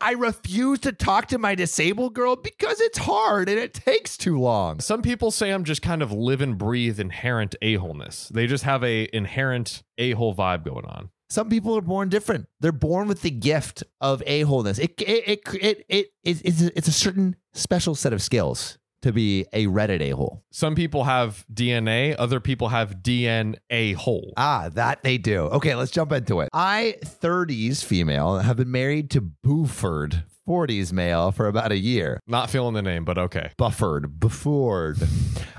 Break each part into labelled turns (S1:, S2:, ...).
S1: I refuse to talk to my disabled girl because it's hard and it takes too long.
S2: Some people say I'm just kind of live and breathe inherent a-holeness. They just have a inherent a-hole vibe going on.
S1: Some people are born different. They're born with the gift of a wholeness. It it it it, it, it it's, it's a certain special set of skills to be a Reddit a hole.
S2: Some people have DNA, other people have DNA hole.
S1: Ah, that they do. Okay, let's jump into it. I, 30s female, have been married to Buford, 40s male, for about a year.
S2: Not feeling the name, but okay.
S1: Bufford, Buford.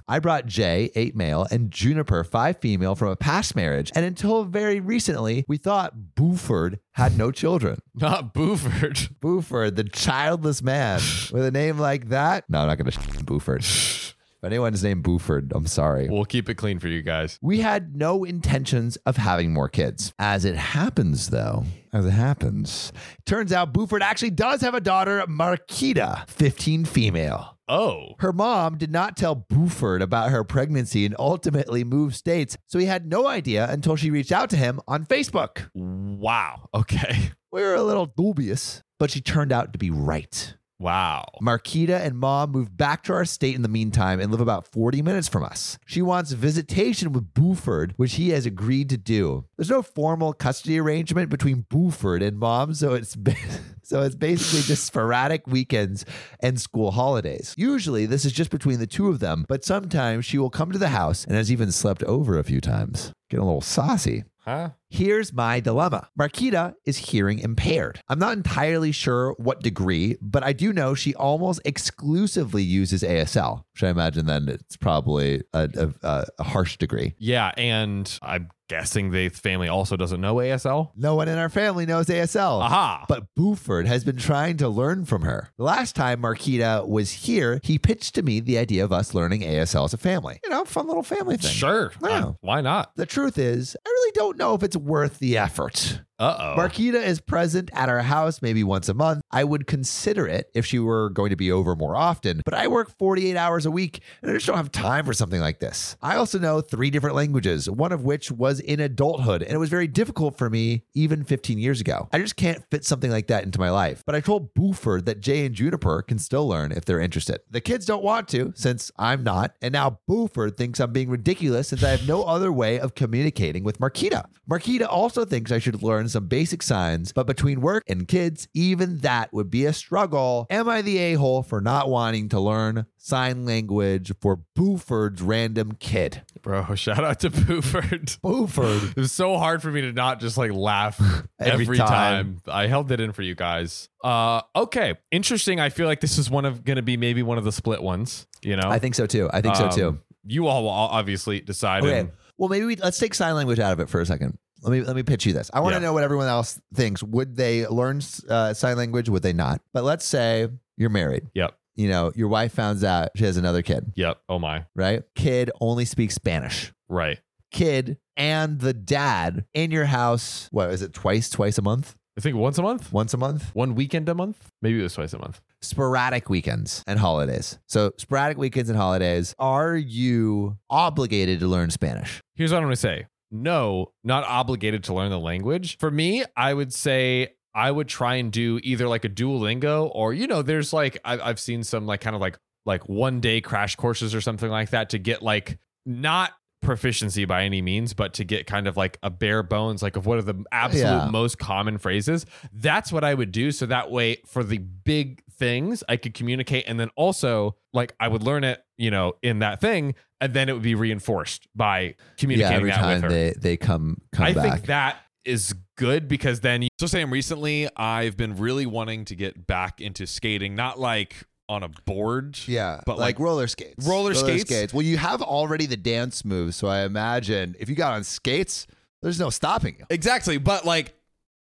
S1: I brought Jay, 8 male, and Juniper, 5 female, from a past marriage. And until very recently, we thought Buford had no children.
S2: Not Buford.
S1: Buford, the childless man with a name like that. No, I'm not going to Buford. If anyone's named Buford, I'm sorry.
S2: We'll keep it clean for you guys.
S1: We had no intentions of having more kids. As it happens, though, as it happens, turns out Buford actually does have a daughter, Marquita, 15 female.
S2: Oh.
S1: Her mom did not tell Buford about her pregnancy and ultimately moved states, so he had no idea until she reached out to him on Facebook.
S2: Wow. Okay.
S1: We were a little dubious, but she turned out to be right.
S2: Wow.
S1: Marquita and mom moved back to our state in the meantime and live about 40 minutes from us. She wants visitation with Buford, which he has agreed to do. There's no formal custody arrangement between Buford and mom, so it's ba- so it's basically just sporadic weekends and school holidays. Usually this is just between the two of them, but sometimes she will come to the house and has even slept over a few times. Getting a little saucy.
S2: Huh?
S1: Here's my dilemma. Marquita is hearing impaired. I'm not entirely sure what degree, but I do know she almost exclusively uses ASL, which I imagine then it's probably a, a- a, a harsh degree.
S2: Yeah, and I'm guessing the family also doesn't know ASL.
S1: No one in our family knows ASL.
S2: Aha.
S1: But Buford has been trying to learn from her. The last time Marquita was here, he pitched to me the idea of us learning ASL as a family. You know, fun little family thing.
S2: Sure.
S1: No.
S2: Uh, why not?
S1: The truth is, I really don't know if it's worth the effort.
S2: Uh oh.
S1: Marquita is present at our house maybe once a month. I would consider it if she were going to be over more often, but I work 48 hours a week and I just don't have time for something like this. I also know three different languages, one of which was in adulthood, and it was very difficult for me even 15 years ago. I just can't fit something like that into my life. But I told Buford that Jay and Juniper can still learn if they're interested. The kids don't want to since I'm not, and now Buford thinks I'm being ridiculous since I have no other way of communicating with Marquita. Marquita also thinks I should learn some basic signs, but between work and kids, even that would be a struggle. Am I the a hole for not wanting to learn sign language for Buford's random kid?
S2: Bro, shout out to Buford.
S1: Buford.
S2: It was so hard for me to not just like laugh
S1: Every
S2: every,
S1: time.
S2: time. I held it in for you guys. Uh okay. Interesting. I feel like this is one of gonna be maybe one of the split ones, you know?
S1: I think so too. I think so
S2: Um,
S1: too.
S2: You all will obviously decide
S1: Okay.
S2: and
S1: Well, maybe we, let's take sign language out of it for a second. Let me let me pitch you this. I want to
S2: Yeah.
S1: know what everyone else thinks. Would they learn uh, sign language? Would they not? But let's say you're married.
S2: Yep.
S1: You know, your wife finds out she has another kid,
S2: Yep. Oh my.
S1: right? Kid only speaks Spanish.
S2: Right.
S1: Kid and the dad in your house. What is it? Twice, twice a month,
S2: I think once a month?
S1: once a month,
S2: One weekend a month? Maybe it was twice a month.
S1: sporadic weekends and holidays. So sporadic weekends and holidays. Are you obligated to learn Spanish?
S2: Here's what I'm gonna say. No, not obligated to learn the language. For me, I would say I would try and do either like a Duolingo or you know, there's like I've I've seen some like kind of like like one day crash courses or something like that to get like not proficiency by any means, but to get kind of like a bare bones like of what are the absolute
S1: Yeah.
S2: most common phrases. That's what I would do. So that way, for the big things, I could communicate. And then also, like, I would learn it, you know, in that thing. And then it would be reinforced by
S1: Yeah,
S2: communicating
S1: every
S2: that
S1: time
S2: with her.
S1: they they come come
S2: I
S1: back.
S2: think that is good because then you-
S3: So Sam, recently I've been really wanting to get back into skating, not like on a board.
S1: Yeah,
S3: But, like,
S1: roller skates.
S3: roller skates?
S1: Well, you have already the dance moves, so I imagine if you got on skates, there's no stopping you.
S3: Exactly, but like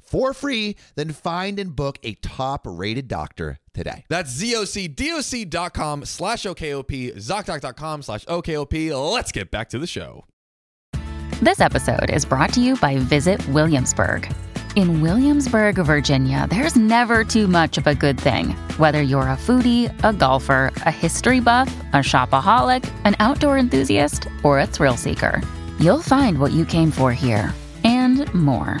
S1: for free. Then find and book a top rated doctor today.
S2: That's zocdoc.com slash OKOP, ZocDoc.com slash OKOP. Let's get back to the show.
S4: This episode is brought to you by Visit Williamsburg. In Williamsburg, Virginia, there's never too much of a good thing. Whether you're a foodie, a golfer, a history buff, a shopaholic, an outdoor enthusiast, or a thrill seeker, you'll find what you came for here and more.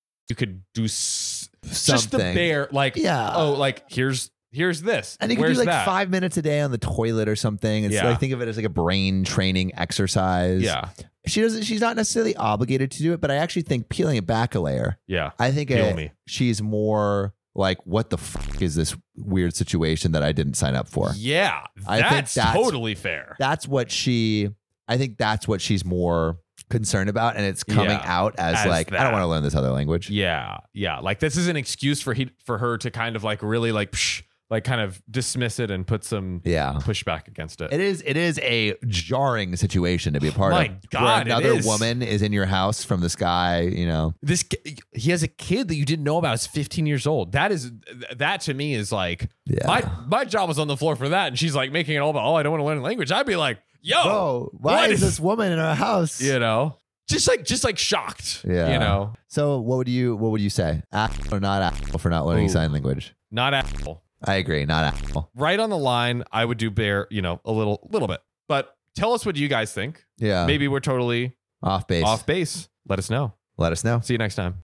S5: You could do s- just the
S1: Something.
S5: bare, like,
S1: Yeah.
S5: oh, like here's here's this.
S1: And you can
S5: Where's
S1: do like
S5: that?
S1: five minutes a day on the toilet or something. And so
S5: Yeah.
S1: I think of it as like a brain training exercise.
S5: Yeah,
S1: She doesn't she's not necessarily obligated to do it, but I actually think peeling it back a layer,
S5: yeah.
S1: I think
S5: Peel
S1: it-
S5: me.
S1: she's more like, what the fuck is this weird situation that I didn't sign up for?
S5: Yeah, that's,
S1: I think that's-
S5: totally fair.
S1: That's what she I think that's what she's more concerned about. And it's coming
S5: Yeah,
S1: out as,
S5: as
S1: like, I
S5: that.
S1: don't want to learn this other language.
S5: yeah, yeah. Like this is an excuse for he for her to kind of like really like psh, like kind of dismiss it and put some
S1: Yeah.
S5: pushback against it.
S1: It is it is a jarring situation to be a part
S5: My
S1: of. where
S5: God, it
S1: another
S5: is.
S1: woman is in your house from this guy, you know.
S5: this ki- he has a kid that you didn't know about. He's 15 years old. That is that to me is like
S1: Yeah.
S5: my my job was on the floor for that, and she's like making it all about oh I don't want to learn a language. I'd be like yo,
S1: Whoa, why
S5: Oh, what
S1: is
S5: if-
S1: this woman in our house?
S5: you know, just like just like shocked.
S1: Yeah.
S5: you know,
S1: So what would you what would you say? Apple or not apple for not learning
S5: Ooh.
S1: sign language?
S5: not apple.
S1: I agree, not apple.
S5: Right on the line, I would do bear. You know, a little little bit, but tell us what you guys think.
S1: Yeah.
S5: Maybe we're totally
S1: off base.
S5: off base. Let us know.
S1: Let us know.
S5: See you next time.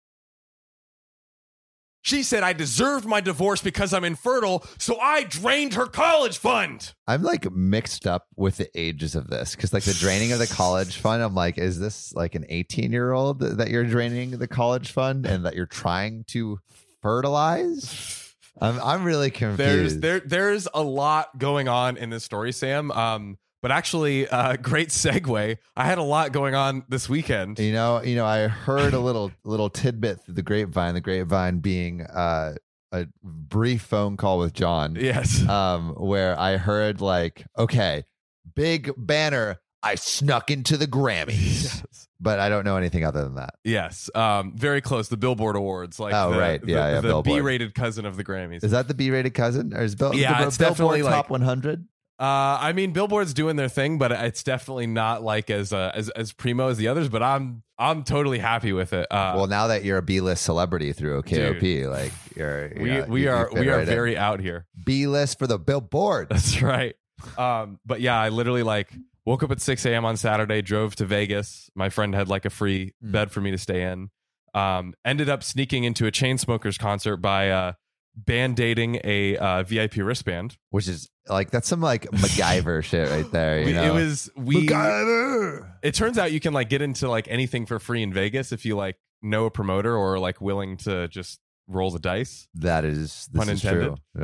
S2: She said, I deserved my divorce because I'm infertile, so I drained her college fund.
S1: I'm like mixed up with the ages of this because like the draining of the college fund, I'm like, is this like an 18 year old that you're draining the college fund and that you're trying to fertilize? I'm I'm really confused.
S5: There's
S2: There, there's a lot going on in this story, Sam. Um, but actually, uh, great segue. I had a lot going on this weekend.
S1: You know, you know, I heard a little little tidbit through the grapevine. The grapevine being uh, a brief phone call with John,
S2: Yes.
S1: um, where I heard like, okay, big banner. I snuck into the Grammys, but I don't know anything other than that.
S2: Yes. Um, very close. The Billboard Awards. Like
S1: Oh,
S2: the,
S1: right.
S5: Yeah,
S1: yeah,
S2: the, the
S1: Billboard.
S2: B-rated cousin of the Grammys.
S1: Is that the B-rated cousin, or is Bill,
S2: Yeah,
S1: the, Bill-
S2: it's
S1: Billboard
S2: definitely, like-
S1: Top 100?
S2: Uh, I mean, Billboard's doing their thing, but it's definitely not like as uh, as as primo as the others. But I'm I'm totally happy with it. Uh,
S1: well, now that you're a B-list celebrity through OKOP, like you're,
S2: we
S1: yeah,
S2: we
S1: you- you
S2: are
S1: fit
S2: we are
S1: right in.
S2: very out here.
S1: B-list for the Billboard.
S2: That's right. Um, but yeah, I literally like woke up at 6 a.m. on Saturday, drove to Vegas. My friend had like a free
S1: Mm.
S2: bed for me to stay in. Um, ended up sneaking into a Chainsmokers concert by uh, band-aiding a uh, VIP wristband.
S1: which is like that's some like MacGyver shit right there. You
S2: We-
S1: know?
S2: It was we.
S1: MacGyver.
S2: It turns out you can like get into like anything for free in Vegas if you like know a promoter or are, like willing to just roll the dice.
S1: That is this
S2: Pun
S1: is
S2: intended.
S1: true.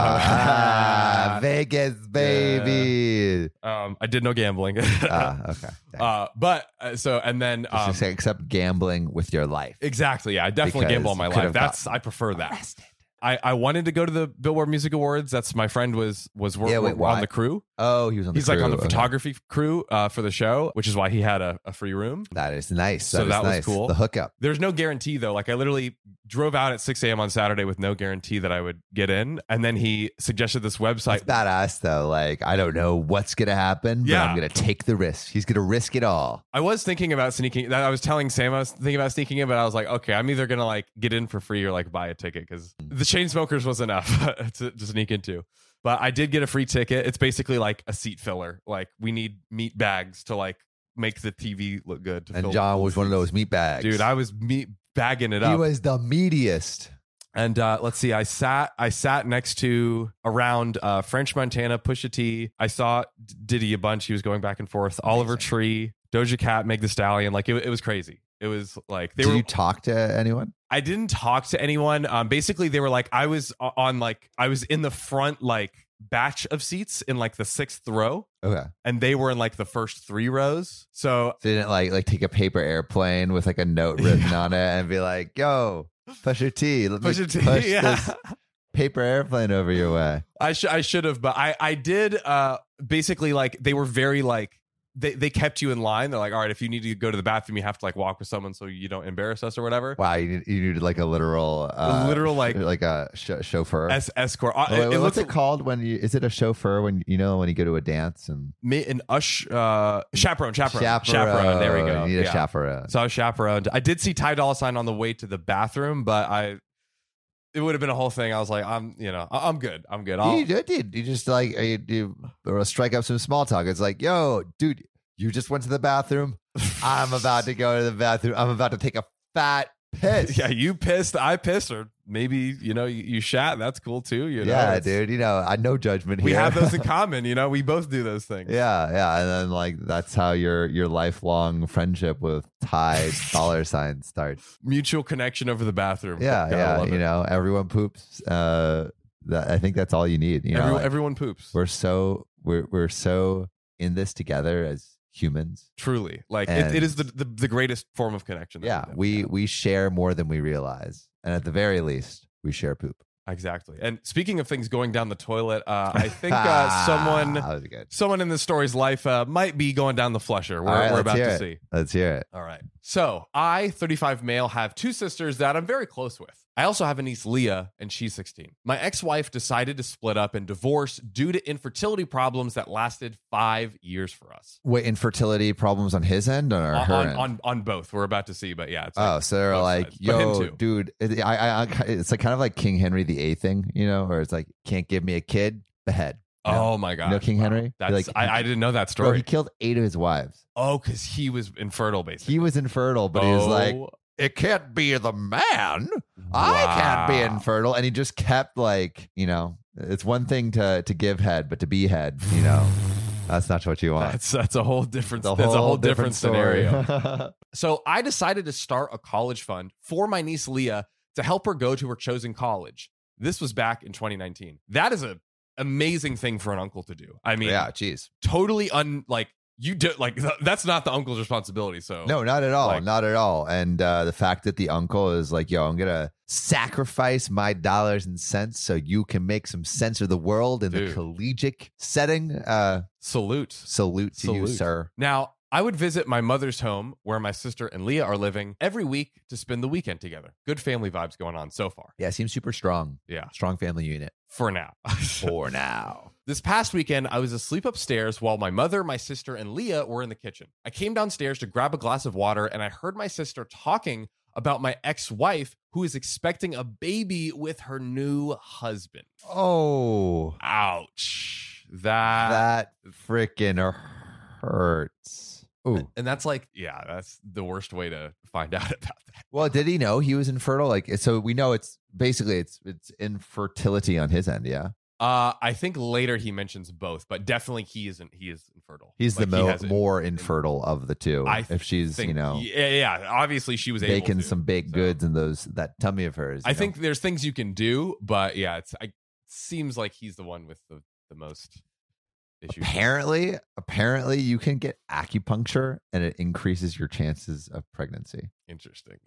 S1: Ah, ah, Vegas, baby.
S2: Um, I did no gambling.
S1: Ah, okay.
S2: uh, but uh, so and then
S1: Just
S2: um,
S1: say except gambling with your life.
S2: Exactly. Yeah, I definitely
S1: Because
S2: gamble on my
S1: you could
S2: life.
S1: have
S2: That's
S1: gotten
S2: I prefer that. I, I wanted to go to the Billboard Music Awards. That's my friend was was work,
S1: Yeah, wait, why?
S2: on the crew.
S1: Oh, he was on the
S2: He's like on
S1: crew.
S2: the
S1: Okay.
S2: photography crew uh, for the show, which is why he had a, a free room.
S1: That is nice.
S2: So
S1: is
S2: that was
S1: nice.
S2: cool.
S1: The hookup.
S2: There's no guarantee though. Like I literally drove out at 6 a.m. on Saturday with no guarantee that I would get in, and then he suggested this
S1: It's
S2: website.
S1: badass though. Like I don't know what's gonna happen, but
S2: Yeah.
S1: I'm gonna take the risk. He's gonna risk it all.
S2: I was thinking about sneaking. That I was telling Sam I was thinking about sneaking in, but I was like, okay, I'm either gonna like get in for free or like buy a ticket because the chain smokers was enough to, to sneak into. But I did get a free ticket. It's basically like a seat filler. Like we need meat bags to like make the TV look good. To
S1: And
S2: fill
S1: John
S2: full
S1: was one of
S2: seats.
S1: those meat bags.
S2: dude. I was meat bagging it
S1: he
S2: up.
S1: was the meatiest.
S2: And uh, let's see, I sat I sat next to around uh, French Montana, Pusha T. I saw D- Diddy a bunch. He was going back and forth. Oliver
S1: Amazing.
S2: Tree, Doja Cat, Meg the Stallion. Like it, it was crazy. It was like they
S1: Did
S2: were.
S1: you talk to anyone?
S2: I didn't talk to anyone. Um, basically, they were like I was o- on like I was in the front like batch of seats in like the sixth row,
S1: Okay.
S2: and they were in like the first three rows. So
S1: So you didn't like like take a paper airplane with like a note written on it and be like, yo, push your T. Let me
S2: Pusha T,
S1: push
S2: yeah.
S1: this paper airplane over your way.
S2: I should I should have, but I I did. Uh, basically, like they were very like they they kept you in line. They're like, all right, if you need to go to the bathroom, you have to like walk with someone so you don't embarrass us or whatever.
S1: Wow, you need, you needed like a literal uh,
S2: literal,
S1: sh-
S2: like-
S1: like a sh- chauffeur.
S2: Es- escort. Uh,
S1: Oh,
S2: it,
S1: wait,
S2: it
S1: what's
S2: looks
S1: it called when you is it a chauffeur when you know when you go to a dance and
S2: me an ush uh chaperone chaperone There we go.
S1: You need a
S2: Yeah.
S1: chaperone.
S2: So I was chaperoned. I did see Ty Dolla Sign on the way to the bathroom, but I. It would have been a whole thing. I was like, I'm, you know, I- I'm good. I'm good. I'll,
S1: you did, dude. You just like uh, you, you or strike up some small talk. It's like, yo, dude, you just went to the bathroom. I'm about to go to the bathroom. I'm about to take a fat piss.
S2: yeah, you pissed. I pissed, or maybe you know, you, you shat. That's cool too. You know,
S1: yeah,
S2: It's-
S1: dude. You know, I no judgment
S2: we
S1: here.
S2: have those in common you know we both do those things
S1: yeah, yeah, and then like that's how your your lifelong friendship with Ty dollar sign starts.
S2: mutual connection over the bathroom
S1: Yeah,
S2: Gotta
S1: yeah.
S2: love
S1: You
S2: it.
S1: know, everyone poops. Uh, that, I think that's all you need. You know,
S2: Every-
S1: like,
S2: everyone poops
S1: we're so we're we're so in this together as humans.
S2: truly like it,
S1: And-
S2: it is the, the the greatest form of connection that
S1: yeah
S2: do.
S1: we we share more than we realize and at the very least we share poop
S2: exactly and speaking of things going down the toilet uh i think uh someone
S1: Ah, that was good
S2: someone in this story's life uh might be going down the flusher we're,
S1: All right,
S2: we're
S1: let's
S2: about
S1: hear
S2: to
S1: it.
S2: see
S1: let's hear it
S2: all right so i 35 male have two sisters that i'm very close with i also have a niece leah and she's 16 my ex-wife decided to split up and divorce due to infertility problems that lasted five years for us
S1: wait infertility problems on his end or
S2: on,
S1: her
S2: on,
S1: end?
S2: on on both. We're about to see, but yeah, it's like-
S1: oh so they're
S2: both
S1: like
S2: sides, but him
S1: yo
S2: too."
S1: dude it- I, I, I it's like kind of like king henry the a thing you know where it's like can't give me a kid the head you know?
S2: oh my god,
S1: King Henry?
S2: That's
S1: Like-
S2: I, I didn't know that
S1: Bro, he
S2: story.
S1: killed eight of his wives.
S2: oh, because he was infertile, basically.
S1: He was infertile, but he was like,
S2: Oh,
S1: "It can't be the man. I can't be
S2: wow.
S1: infertile." And he just kept like, you know, it's one thing to to give head, but to be head, you know, that's not what you want.
S2: That's that's a whole different. that's a whole different, scenario. So I decided to start a college fund for my niece Leah to help her go to her chosen college. This was back in 2019. That is a amazing thing for an uncle to do. I mean,
S1: yeah, jeez.
S2: totally un like you do like th- that's not the uncle's responsibility. So
S1: No, not at all.
S2: Oh, Like-
S1: not at all. And uh, the fact that the uncle is like, yo, I'm going to sacrifice my dollars and cents so you can make some sense of the world in the
S2: Dude.
S1: collegiate setting. Uh,
S2: salute.
S1: salute to you,
S2: Salute.
S1: sir.
S2: Now, I would visit my mother's home where my sister and Leah are living every week to spend the weekend together. Good family vibes going on so far.
S1: Yeah, seems super strong.
S2: Yeah,
S1: Strong family unit
S2: for now.
S1: for now.
S2: this past weekend, I was asleep upstairs while my mother, my sister, and Leah were in the kitchen. I came downstairs to grab a glass of water and I heard my sister talking about my ex wife who is expecting a baby with her new husband.
S1: Oh,
S2: Ouch. That.
S1: that freaking hurts. Uh, Ooh.
S2: and that's like, yeah, that's the worst way to find out about that.
S1: Well, did he know he was infertile? Like, so we know it's basically it's it's infertility on his end. Yeah,
S2: Uh, I think later he mentions both, but definitely he isn't. He is infertile.
S1: he's
S2: Like,
S1: the
S2: he
S1: mo-
S2: has it.
S1: more infertile of the two.
S2: I
S1: if she's
S2: Think-
S1: you know
S2: yeah, yeah. Obviously, she was able
S1: baking
S2: to.
S1: some baked
S2: so.
S1: goods in those that tummy of hers.
S2: I
S1: you know?
S2: think there's things you can do, but yeah, it's. I seems like he's the one with the the most
S3: issues.
S1: Apparently, apparently you can get acupuncture and it increases your chances of pregnancy.
S3: Interesting.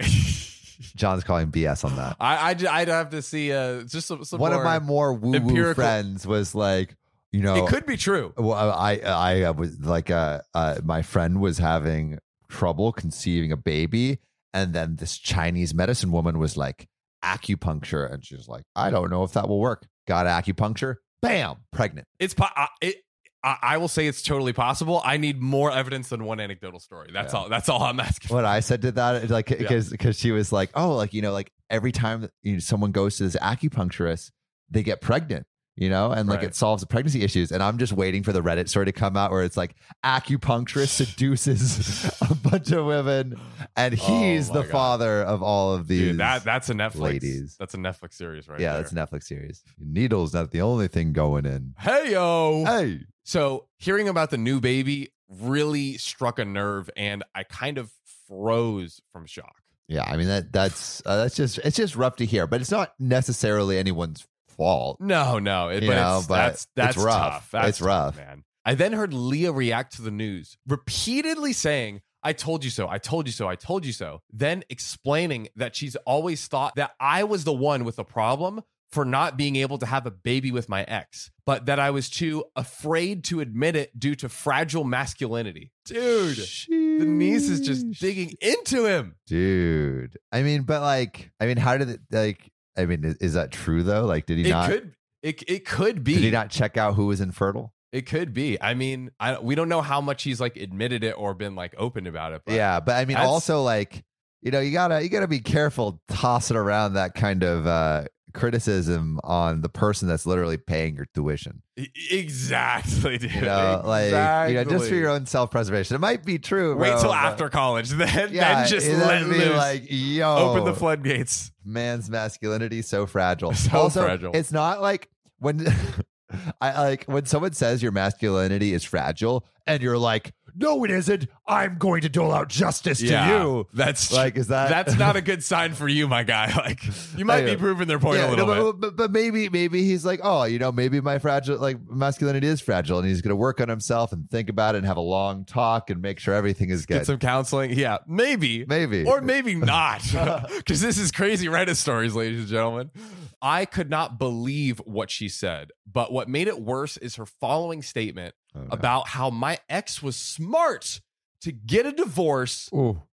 S1: John's calling BS on that.
S2: I, I would have to see uh just some, some
S1: One of
S2: more-
S1: my more woo woo
S2: empirical-
S1: friends was like, you know,
S2: It could be true.
S1: well, I I I was like, uh, uh, my friend was having trouble conceiving a baby, and then this Chinese medicine woman was like acupuncture, and she was like, I don't know if that will work. Got acupuncture, bam, pregnant.
S2: It's po- I, it, I, I will say it's totally possible. I need more evidence than one anecdotal story. That's
S1: Yeah.
S2: all. That's all I'm asking.
S1: What I said to that, like,
S2: Yeah.
S1: because because she was like, oh, like you know, like every time that, you know, someone goes to this acupuncturist, they get pregnant. You know, and like
S2: Right.
S1: it solves the pregnancy issues. And I'm just waiting for the Reddit story to come out where it's like acupuncturist seduces a bunch of women, and he's
S2: Oh my
S1: the
S2: God.
S1: father of all of these.
S2: Dude, that that's a Netflix.
S1: ladies.
S2: That's a Netflix series, right?
S1: yeah,
S2: there.
S1: that's a Netflix series. Needle's not the only thing going in.
S2: Hey yo.
S1: Hey,
S2: So hearing about the new baby really struck a nerve, and I kind of froze from shock.
S1: yeah, I mean that that's uh, that's just it's just rough to hear, but it's not necessarily anyone's fault.
S2: No, no, it,
S1: You
S2: but,
S1: know,
S2: it's,
S1: but
S2: that's that's
S1: it's rough.
S2: tough. That's
S1: It's
S2: tough,
S1: rough.
S2: man. I then heard Leah react to the news, repeatedly saying, "I told you so. I told you so. I told you so." Then explaining that she's always thought that I was the one with the problem for not being able to have a baby with my ex, but that I was too afraid to admit it due to fragile masculinity. Dude, the niece is just
S1: Sheesh.
S2: digging into him.
S1: dude i mean but like i mean how did it like i mean is, is that true though like did he
S2: It
S1: not
S2: could it it could be
S1: did he not check out who was infertile
S2: It could be. I mean, I, we don't know how much he's like admitted it or been like open about it. But
S1: yeah but i mean
S2: That's-
S1: also like you know you gotta you gotta be careful tossing around that kind of uh criticism on the person that's literally paying your tuition
S2: E- exactly, dude.
S1: you know like you know just for your own self-preservation it might be true
S2: Wait
S1: bro,
S2: till
S1: but-
S2: after college, then
S1: yeah
S2: then just
S1: it'd
S2: let
S1: be
S2: loose.
S1: like yo
S2: Open the floodgates.
S1: man's masculinity is so fragile.
S2: So
S1: also,
S2: fragile.
S1: It's not like when I like when someone says your masculinity is fragile and you're like, no, it isn't. I'm going to dole out justice to you.
S2: That's
S1: Like, is that
S2: that's not a good sign for you, my guy. Like you might
S1: Yeah.
S2: be proving their point
S1: Yeah,
S2: a little
S1: no, but,
S2: bit.
S1: but, but maybe maybe he's like, oh, you know, maybe my fragile like masculinity is fragile, and he's going to work on himself and think about it and have a long talk and make sure everything is
S2: Get
S1: good.
S2: some counseling. Yeah, maybe.
S1: maybe
S2: Or maybe not, because this is crazy Reddit stories, ladies and gentlemen. I could not believe what she said, but what made it worse is her following statement
S1: Oh, no.
S2: about how my ex was smart to get a divorce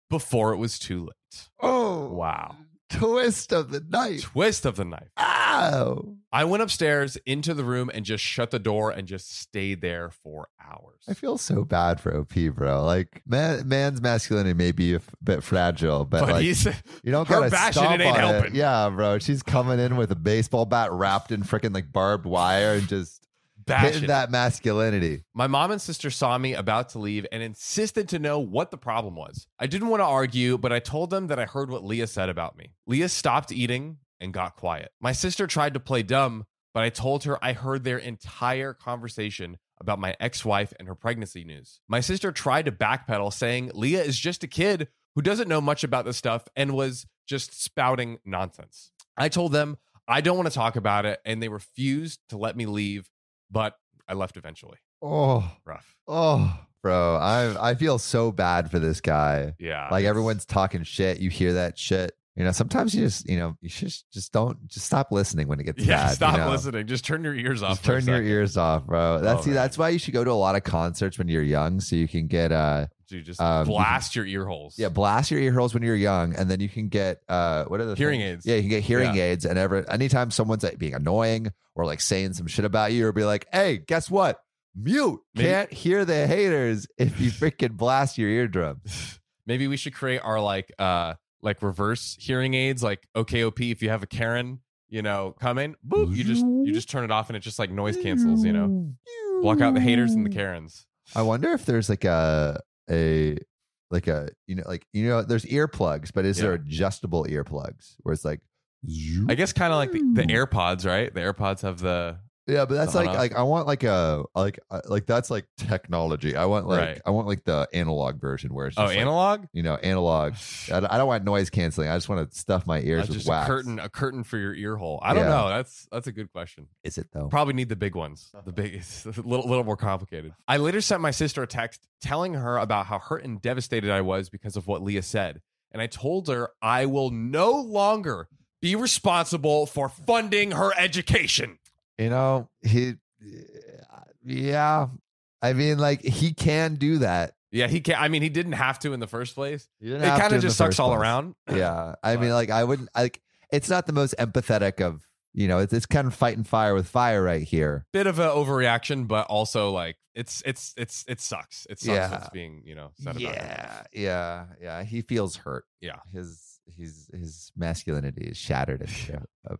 S2: before it was too late.
S1: oh
S2: Wow.
S1: twist of the night.
S2: Twist of the knife.
S1: Ow.
S2: I went upstairs into the room and just shut the door and just stayed there for hours.
S1: I feel so bad for OP, bro. Like, man, man's masculinity may be a f- bit fragile, but,
S2: but
S1: like, you
S2: he's
S1: don't
S2: her
S1: gotta
S2: bashing,
S1: stomp
S2: it ain't
S1: on
S2: helping.
S1: Yeah, bro. She's coming in with a baseball bat wrapped in freaking like barbed wire and just
S2: bashing.
S1: hitting that masculinity.
S2: My mom and sister saw me about to leave and insisted to know what the problem was. I didn't want to argue, but I told them that I heard what Leah said about me. Leah stopped eating and got quiet. My sister tried to play dumb, but I told her I heard their entire conversation about my ex wife and her pregnancy news. My sister tried to backpedal, saying Leah is just a kid who doesn't know much about this stuff and was just spouting nonsense. I told them I don't want to talk about it, and they refused to let me leave, but I left eventually.
S1: Oh,
S2: Rough.
S1: oh, bro. I I feel so bad for this guy.
S2: Yeah.
S1: Like
S2: it's-
S1: everyone's talking shit. You hear that shit. You know, sometimes you just, you know, you just just don't just stop listening when it gets
S2: Yeah,
S1: bad. you
S2: stop
S1: know?
S2: listening. Just turn your ears off.
S1: Just turn your ears off, bro. That's
S2: Oh,
S1: see,
S2: man.
S1: that's why you should go to a lot of concerts when you're young, so you can get uh
S2: Dude, just
S1: um, you can-
S2: blast your ear holes.
S1: yeah blast your ear holes when you're young, and then you can get uh what are the
S2: Hearing
S1: things?
S2: aids.
S1: Yeah, you can get hearing aids, and ever anytime someone's like, being annoying or like saying some shit about you, or be like, hey, guess what? Mute
S2: Maybe-
S1: can't hear the haters if you freaking blast your eardrum.
S2: Maybe we should create our like uh like reverse hearing aids, like OKOP if you have a Karen, you know, coming, boop, you just you just turn it off and it just like noise cancels, you know. Block out the haters and the Karens.
S1: I wonder if there's like a a like a you know like you know there's earplugs, but is
S2: Yeah.
S1: there adjustable earplugs where it's like
S2: I guess kind of like the, the AirPods, right? The AirPods have the
S1: Yeah, but that's like
S3: Uh-huh.
S1: like I want like a like uh, like that's like technology. I want like
S2: Right.
S1: I want like the analog version where it's
S2: Oh,
S1: just like,
S2: analog?
S1: you know analog. I, don't- I don't want noise canceling. I just want to stuff my ears
S2: Uh,
S1: with
S2: just
S1: wax.
S2: a curtain, a curtain for your ear hole. I don't
S1: Yeah.
S2: know. That's that's a good question.
S1: Is it though?
S2: Probably need the big ones. The big, it's a little, little more complicated. I later sent my sister a text telling her about how hurt and devastated I was because of what Leah said, and I told her I will no longer be responsible for funding her education.
S1: you know he. Yeah, I mean like he can do that.
S2: Yeah, he can't. I mean, he didn't have to in the first place.
S1: You didn't
S2: It
S1: have to
S2: kind
S1: in
S2: of
S1: the
S2: just sucks
S1: first
S2: all
S1: place.
S2: around.
S1: Yeah, I mean
S2: But-
S1: like I wouldn't like. It's not the most empathetic of you know. It's it's kind of fighting fire with fire right here.
S2: Bit of an overreaction, but also like it's it's it's it sucks. It sucks.
S1: Yeah.
S2: It's being you know said about him.
S1: yeah yeah yeah he feels hurt
S2: Yeah.
S1: his his his masculinity is shattered into a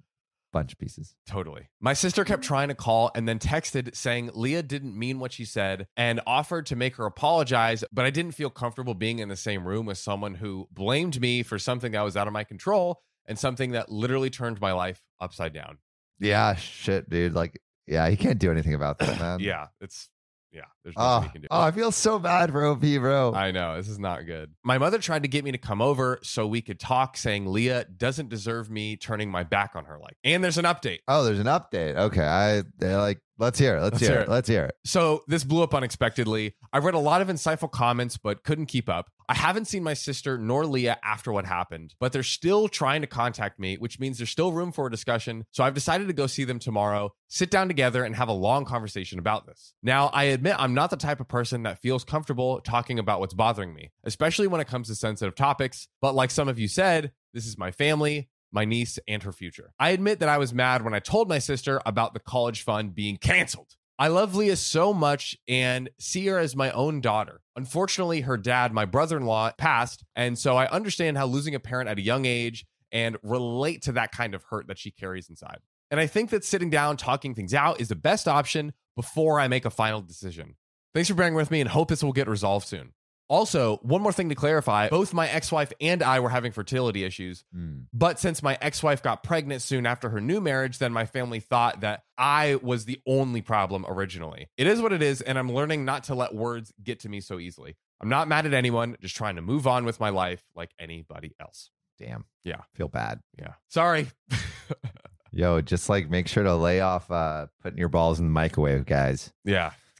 S1: bunch of pieces
S2: Totally. My sister kept
S1: Mm.
S2: trying to call and then texted saying Leah didn't mean what she said and offered to make her apologize, but I didn't feel comfortable being in the same room with someone who blamed me for something that was out of my control and something that literally turned my life upside down.
S1: yeah shit dude like yeah he can't do anything about that man
S2: yeah, it's yeah, there's nothing
S1: oh,
S2: you can do.
S1: oh Um, i feel so bad for op bro
S2: I know this is not good. My mother tried to get me to come over so we could talk, saying Leah doesn't deserve me turning my back on her like. And there's an update.
S1: oh there's an update okay i they're like let's hear it let's, hear, it. let's hear it
S2: So this blew up unexpectedly. I read a lot of insightful comments, but couldn't keep up. I haven't seen my sister nor Leah after what happened, but they're still trying to contact me, which means there's still room for a discussion. So I've decided to go see them tomorrow, sit down together, and have a long conversation about this. Now, I admit I'm not the type of person that feels comfortable talking about what's bothering me, especially when it comes to sensitive topics. But like some of you said, this is my family. My niece and her future. I admit that I was mad when I told my sister about the college fund being canceled. I love Leah so much and see her as my own daughter. Unfortunately, her dad, my brother in law, passed. And so I understand how losing a parent at a young age and relate to that kind of hurt that she carries inside. And I think that sitting down, talking things out is the best option before I make a final decision. Thanks for bearing with me and hope this will get resolved soon. Also, one more thing to clarify both my ex wife and I were having fertility issues.
S1: Hmm.
S2: But since my ex wife got pregnant soon after her new marriage, then my family thought that I was the only problem originally. It is what it is, and I'm learning not to let words get to me so easily. I'm not mad at anyone, just trying to move on with my life like anybody else.
S1: damn
S2: Yeah.
S1: feel bad
S2: Yeah. Sorry.
S1: yo just like make sure to lay off uh putting your balls in the microwave guys
S2: yeah.